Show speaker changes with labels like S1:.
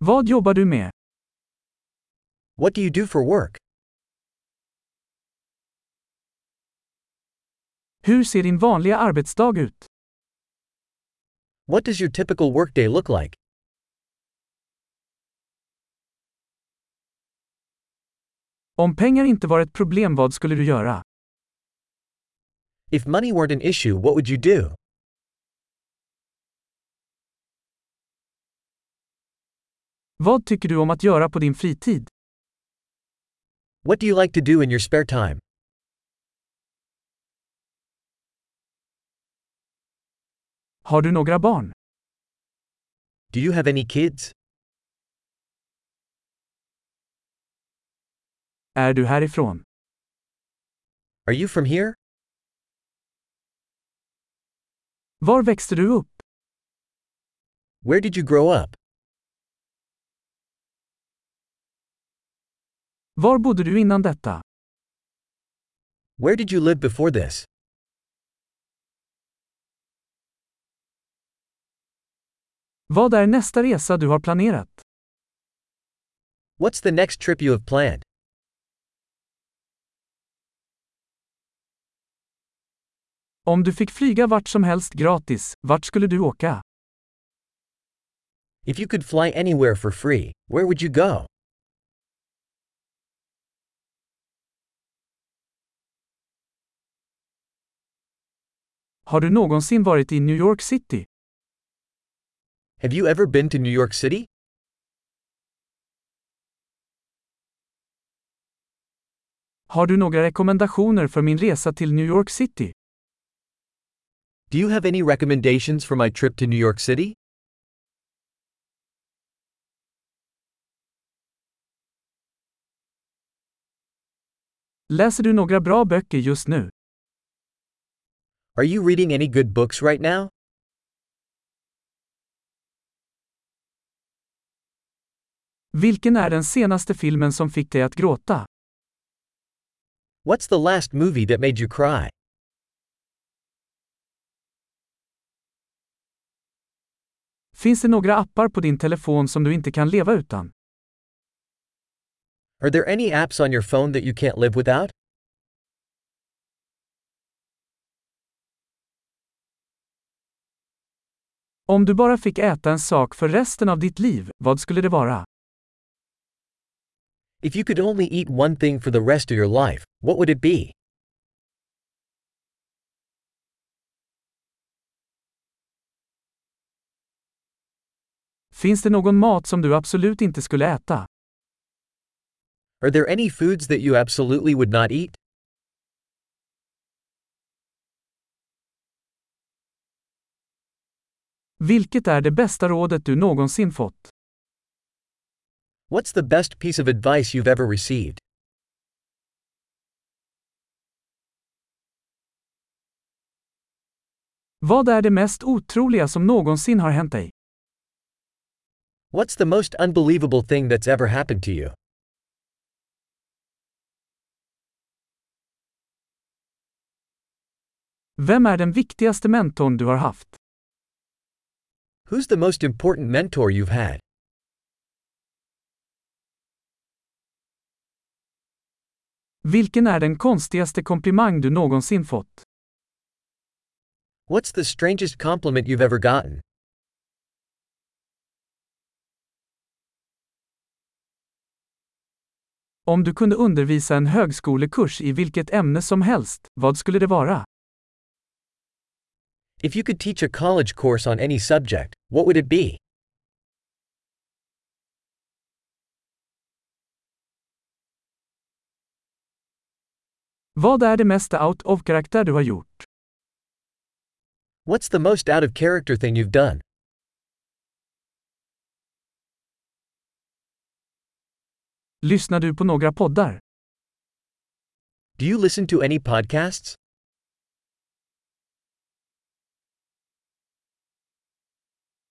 S1: Vad jobbar du med?
S2: What do you do for work?
S1: Hur ser din vanliga arbetsdag ut?
S2: What does your typical workday look like?
S1: Om pengar inte var ett problem, vad skulle du göra?
S2: If money weren't an issue, what would you do?
S1: Vad tycker du om att göra på din fritid?
S2: What do you like to do in your spare time?
S1: Har du några barn?
S2: Do you have any kids?
S1: Är du härifrån?
S2: Are you from here?
S1: Var växte du upp?
S2: Where did you grow up?
S1: Var bodde du innan detta?
S2: Where did you live before this?
S1: Vad är nästa resa du har planerat?
S2: What's the next trip you have planned?
S1: Om du fick flyga vart som helst gratis, vart skulle du åka?
S2: If you could fly anywhere for free, where would you go?
S1: Har du någonsin varit i New York City?
S2: Have you ever been to New York City?
S1: Har du några rekommendationer för min resa till New York City?
S2: Do you have any recommendations for my trip to New York City?
S1: Läser du några bra böcker just nu?
S2: Are you reading any good books right now?
S1: Vilken är den senaste filmen som fick dig att gråta?
S2: What's the last movie that made you cry?
S1: Finns det några appar på din telefon som du inte kan leva utan?
S2: Are there any apps on your phone that you can't live without?
S1: Om du bara fick äta en sak för resten av ditt liv, vad skulle det vara?
S2: If you could only eat one thing for the rest of your life, what would it be?
S1: Finns det någon mat som du absolut inte skulle äta?
S2: Are there any foods that you absolutely would not eat?
S1: Vilket är det bästa rådet du någonsin fått?
S2: What's the best piece of advice you've ever received?
S1: Vad är det mest otroliga som någonsin har hänt dig?
S2: What's the most unbelievable thing that's ever happened to you?
S1: Vem är den viktigaste mentorn du har haft?
S2: Who's the most important mentor you've had?
S1: Vilken är den konstigaste komplimang du någonsin fått?
S2: What's the strangest compliment you've ever gotten?
S1: Om du kunde undervisa en högskolekurs i vilket ämne som helst, vad skulle det vara?
S2: If you could teach a college course on any subject, what would it be?
S1: Vad är det mesta out of karaktär du har gjort?
S2: What's the most out of character thing you've done?
S1: Lyssnar du på några poddar?
S2: Do you listen to any podcasts?